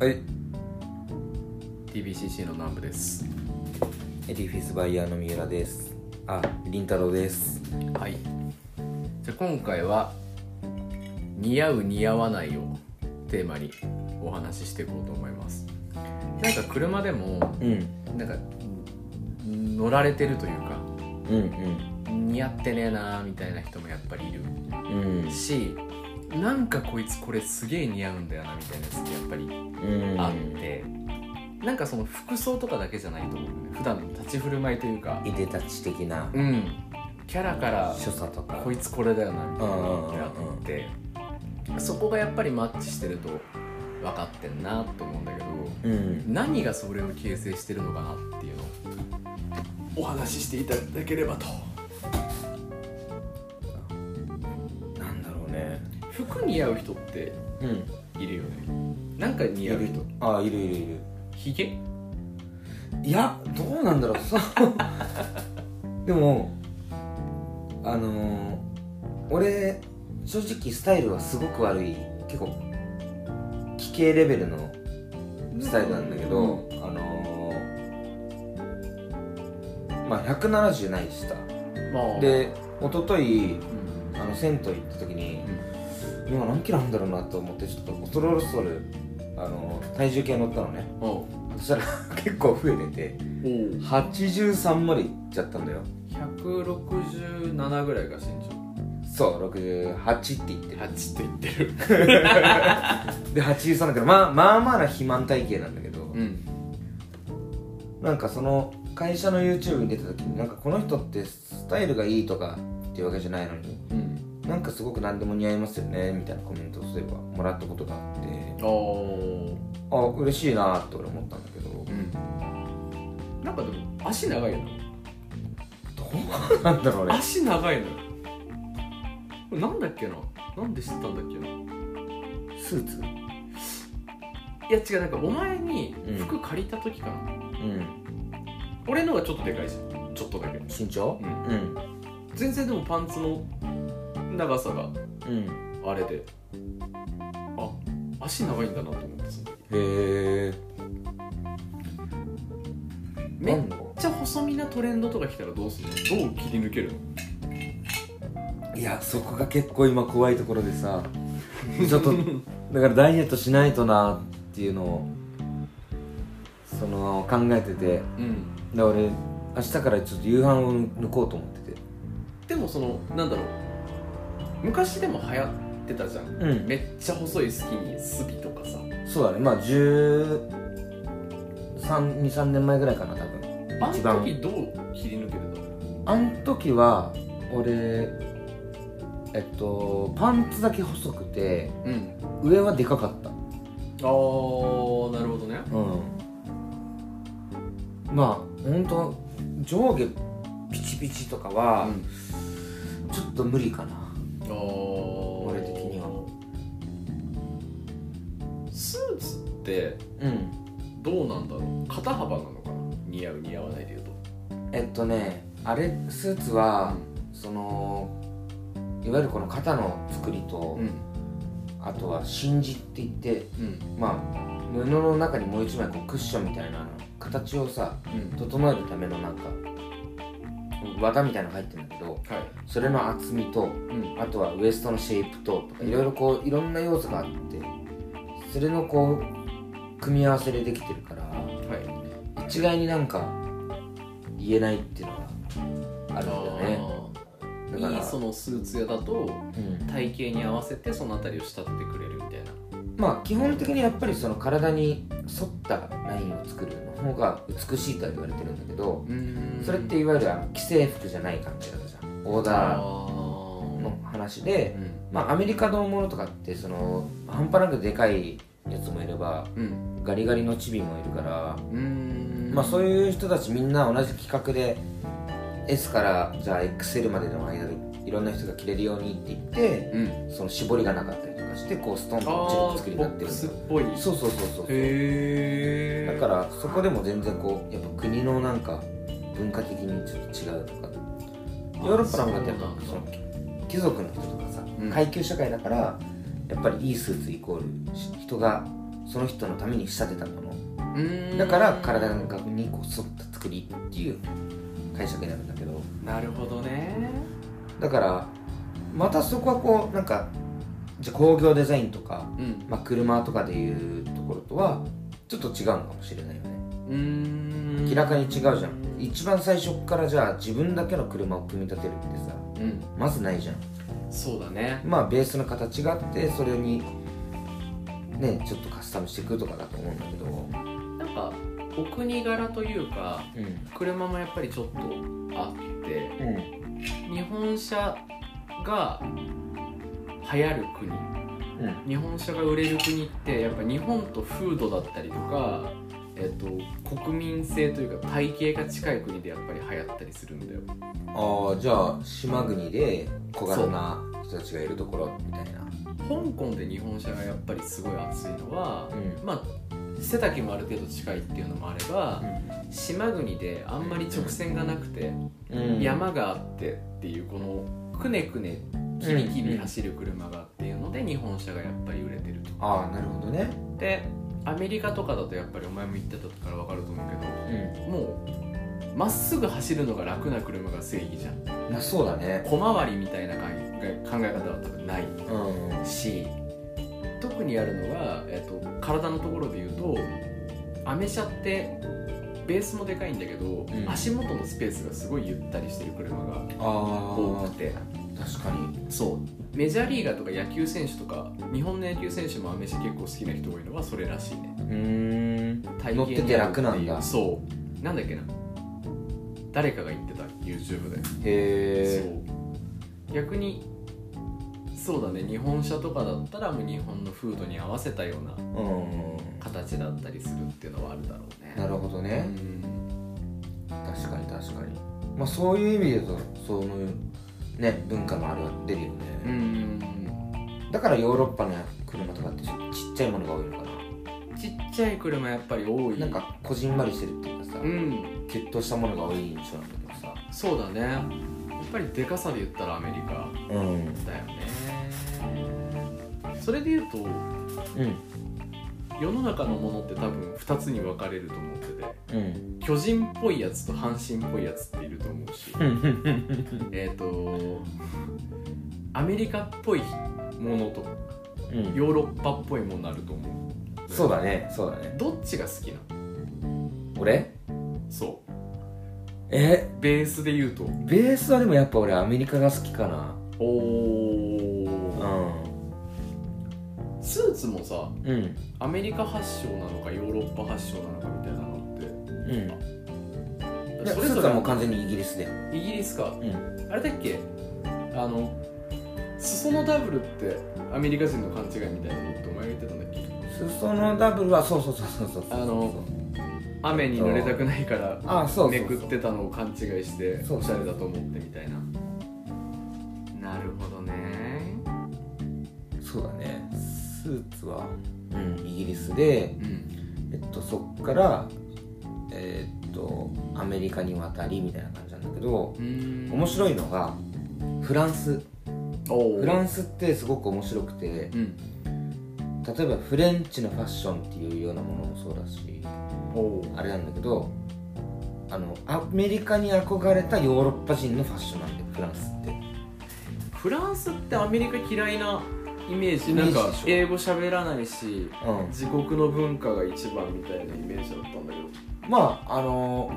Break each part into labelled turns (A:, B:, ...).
A: はい
B: TBCC の南部です
A: エディフィスバイヤーの三浦ですあ、りんたろうです
B: はいじゃあ今回は「似合う似合わない」をテーマにお話ししていこうと思いますなんか車でも
A: うん
B: なんかん乗られてるというか
A: うん
B: 似合ってねえなーみたいな人もやっぱりいる
A: うんうん
B: しなんかこいつこれすげえ似合うんだよなみたいなやつってやっぱり
A: うん
B: あって、なんかその服装とかだけじゃないと思うね普段の立ち振る舞いというか
A: いでたち的な
B: うんキャラから
A: 所作とか
B: こいつこれだよなみたいなのってあ
A: うんうんうんうん
B: ってそこがやっぱりマッチしてると分かってんなと思うんだけど
A: うん
B: 何がそれを形成してるのかなっていうのをお話ししていただければと
A: なんだろうね
B: 服似合う人って
A: うん
B: いるよねなんか似合う人
A: あ、いるいるいる
B: ひげ
A: いや、どうなんだろうそう でもあのー、俺正直スタイルはすごく悪い結構奇形レベルのスタイルなんだけど、あのー、まあ170ないしさ
B: まあ
A: で一昨日
B: うん
A: あの銭湯行った時に今何キロあるんだろうなと思ってちょっと恐る恐る、あのー、体重計乗ったのね
B: おう
A: そしたら 結構増えてて83までいっちゃったんだよ
B: 167ぐらいが身
A: そう68って言って
B: 長
A: る
B: 8と言ってる
A: で83だけどまあまあまあな肥満体型なんだけど、
B: ん
A: なんかその会社の YouTube に出た時になんかこの人ってスタイルがいいとかっていうわけじゃないのに
B: うん
A: なんかすごく何でも似合いますよねみたいなコメントをすればもらったことがあって
B: ああ
A: あ嬉しいなって俺思ったんだけどど
B: うん、なんかでも足長いの
A: うなんだろうね
B: 足長いのこれなんだっけななんで知ったんだっけない
A: スーツ
B: や違うなんかお前に
A: うん
B: 服借りた時かな、
A: うん
B: 俺のがちょっとでかいしちょっとだけ
A: 身長
B: うん
A: うん
B: 全然でもパンツの長さが
A: うん
B: あれであ足長いんだなと思ってその時
A: へえ
B: めっちゃ細身なトレンドとか来たらどうするのどう切り抜けるの
A: いやそこが結構今怖いところで さちょっとだからダイエットしないとなっていうのをその考えてて
B: うん
A: で俺明日からちょっと夕飯を抜こうと思ってて
B: でもそのなんだろう昔でも流行ってたじゃん
A: う
B: めっちゃ細いスキニースビとかさ
A: そうだねまあ1323年前ぐらいかな多分
B: あ
A: 一番
B: の時どう切り抜けてたの
A: あん時は俺えっとパンツだけ細くて
B: うん
A: 上はでかかった
B: あーなるほどね
A: うんまあ本当上下ピチピチとか
B: あ、
A: は
B: うん、
A: ちょっと無理かな
B: あー俺
A: 俺的には
B: スーツって
A: うん
B: どうなんだろう肩幅なのかな似合う似合わないでいうと
A: えっとねあれスーツはそのいわゆるこの肩の作りと、
B: うん
A: あとは真地って言って
B: うん
A: まあ布の中にもう一枚こうクッションみたいな形をさ
B: うん
A: 整えるためのなんか綿みたいなのが入ってるんだけど
B: はい
A: それの厚みと
B: うん
A: あとはウエストのシェイプととかいろいろこういろんな要素があってそれのこう組み合わせでできてるから
B: はい
A: 一概になんか言えないっていうのがあるんだよね
B: あ
A: だ
B: ー
A: から
B: いいそのスーツ屋だと
A: うん、
B: 体型に合わせてそのあたりを仕立ててくれるみたいな
A: まあ基本的にやっぱりその体に沿ったラインを作るの方が美しいとは言われてるんだけど
B: うん
A: それっていわゆるあの既製服じゃない感じだったじゃんオー
B: あ
A: ダーの話で、まあ、アメリカのものとかってその半端なくでかいやつもいれば
B: うんうん
A: ガリガリのチビもいるから
B: うん
A: まあそう
B: いう
A: いう人たちみんな同じ企画で S からじゃあ XL までの間でいろんな人が着れるようにって言って
B: うん
A: その絞りがなかったりとかしてこうストンと落ち
B: あ
A: る
B: ー
A: 作りになってる
B: ボック
A: ん
B: ス
A: だ
B: っ
A: よ
B: ぽい
A: そうそうそうそう
B: へ
A: だからそこでも全然こうやっぱ国のなんか文化的にちょっと違うとかヨーロッパなんかってやっぱその貴族の人とかさ
B: うん
A: 階級社会だからやっぱりいいスーツイコールし人がその人のために仕立てたもの
B: うーん
A: だから体の学にこう沿った作りっていう解釈になるんだけど
B: なるほどね
A: だからまたそこはこうなんかじゃあ工業デザインとか、
B: うん
A: まあ、車とかでいうところとはちょっと違うのかもしれないよね
B: うーん
A: 明らかに違うじゃん一番最初っからじゃあ自分だけの車を組み立てるってさ
B: うん
A: まずないじゃん
B: そうだね
A: まあベースの形があってそれにねちょっとカスタムしていくとかだと思うんだけど
B: なんかお国柄というか
A: うん
B: 車もやっぱりちょっとあって
A: うん
B: 日本車が流行る国
A: うん
B: 日本車が売れる国ってやっぱ日本と風土だったりとか、えっと国民性というか体系が近い国でやっぱり流行ったりするんだよ
A: ああじゃあ島国で小柄な人たちがいるところみたいな
B: 香港で日本車がやっぱりすごい熱いのは、
A: うん
B: まあ背丈もある程度近いっていうのもあれば、島国であんまり直線がなくて、
A: うん
B: 山があってっていうこのくねくねキビキビ走る車がっていうので日本車がやっぱり売れてると
A: ああなるほどね
B: でアメリカとかだとやっぱりお前も言ってたから分かると思うけ
A: う
B: どもうまっすぐ走るのが楽な車が正義じゃん
A: んまあそうだね
B: 小回りみたいな考え考え方は多分ない
A: うん
B: し特にあるのは、えっと、体のところで言うとアメ車ってベースもでかいんだけど、
A: ん
B: 足元のスペースがすごいゆったりしてる車が多
A: あ
B: くて
A: あ確かに
B: そうメジャーリーガーとか野球選手とか日本の野球選手もアメ車結構好きな人多いのはそれらしいね
A: うーん
B: 体
A: 乗ってて楽なんだ
B: 型に合うっていうそうなんだっけな誰かが言ってた YouTube で、
A: へ
B: そう逆にそうだね日本車とかだったらもう日本の風土に合わせたような
A: えうん
B: 形だったりするっていうのはあるだろうね
A: なるほどね
B: うん
A: 確かに確かにまあそういう意味で言うとそういうね文化のあれは出るよね、
B: うん
A: だからヨーロッパの車とかってちっちゃいものが多いのか
B: ちっちゃい車やっぱり多
A: ないなんかこじんまりしてるっていうかさ
B: うん
A: 決闘したものが多い印象なんだけどさ
B: そうだねやっぱりでかさで言ったらアメリカ
A: うん
B: だよねそれで言うと
A: うん
B: 世の中のものって多分2つに分かれると思ってて
A: うん
B: 巨人っぽいやつと阪神っぽいやつっていると思うし
A: うん
B: えっ、とアメリカっぽいものと
A: うん
B: ヨーロッパっぽいものあると思う
A: そうだねそうだね
B: どっちが好きな
A: 俺
B: のそう
A: え
B: ベースで言うと
A: ベースはでもやっぱ俺アメリカが好きかな
B: お
A: う
B: お
A: ん
B: スーツもさ
A: うん
B: アメリカ発祥なのかヨーロッパ発祥なのかみたいなのって
A: うんいや
B: そ
A: そ
B: れ
A: れ
B: ぞ
A: はもう
B: れ
A: 完全にイギリスだよ
B: イギリスか
A: うん
B: あれだっけあの裾のダブルってアメリカ人の勘違いみたいなのってお前が言ってたんだっけ
A: 裾のダブルはそうそうそうそうそうそう
B: あの雨に濡れたくないから
A: あそうそ
B: め
A: う
B: くっ
A: そう
B: てたのを勘違いして
A: そう
B: おしゃれだと思ってみたいななるほどね
A: そうだねスーツは、うん、イギリスで
B: うん
A: えっと、そっから、えーっとアメリカに渡りみたいな感じなんだけど
B: うーん
A: 面白いのがフランス
B: おう
A: フランスってすごく面白くて
B: うん
A: 例えばフレンチのファッションっていうようなものもそうだし
B: おう
A: あれなんだけどあのアメリカに憧れたヨーロッパ人のファッションなんだよフランスって
B: フランスってアメリカ嫌いなイメージ
A: イメー
B: な
A: ジ
B: んか
A: でしょ
B: 英語喋らないし
A: う
B: 自国の文化が一番みたいなイメージだったんだ
A: んまああの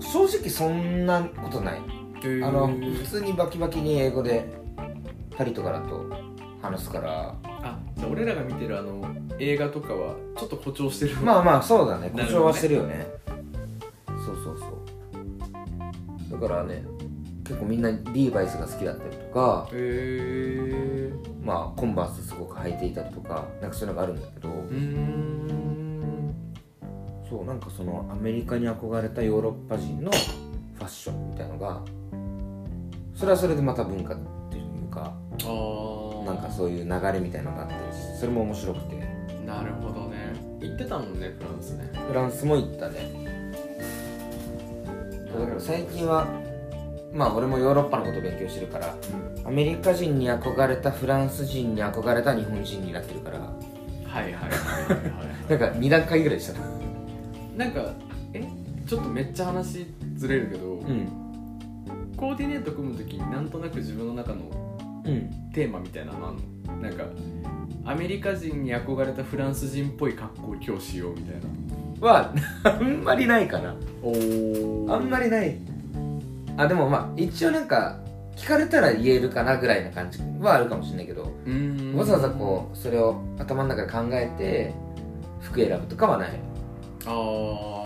A: 正直そんなことない
B: けど
A: あの普通にバキバキに英語でパリとかだと話すから
B: あじゃあ俺らが見てるあの映画とかはちょっと誇張してる
A: まあまあそうだね
B: な
A: 誇
B: るほどね
A: 張はしてるよねそうそうそうだからね結構みんなリーバイスが好きだったりとか
B: へえ
A: まあコンバースすごく履いていたりとかなんかそういうのがあるんだけど
B: うーん
A: そうなんかそのアメリカに憧れたヨーロッパ人のファッションみたいのがそれはそれでまた文化っていうか
B: ああ
A: なんかそういう流れみたいなのがあったりしてそれも面白くて
B: なるほどね言ってたもんねフランスね
A: フランスも行ったねだから最近はまあ俺もヨーロッパのこと勉強してるからアメリカ人に憧れたフランス人に憧れた日本人になってるから
B: はいはいはいはいはい
A: なんか2段階ぐらいでした
B: なんかえちょっとめっちゃ話ずれるけど、
A: うん
B: コーディネート組む時になんとなく自分の中の
A: うん
B: テーマみたいなのあんのなんかアメリカ人に憧れたフランス人っぽい格好を今日しようみたいな
A: はあんまりないかな
B: お
A: あんまりないあでもまあ一応なんか聞かれたら言えるかなぐらいな感じはあるかもしれないけど、
B: うーん
A: わざわざこうそれを頭の中で考えて服選ぶとかはない
B: ああ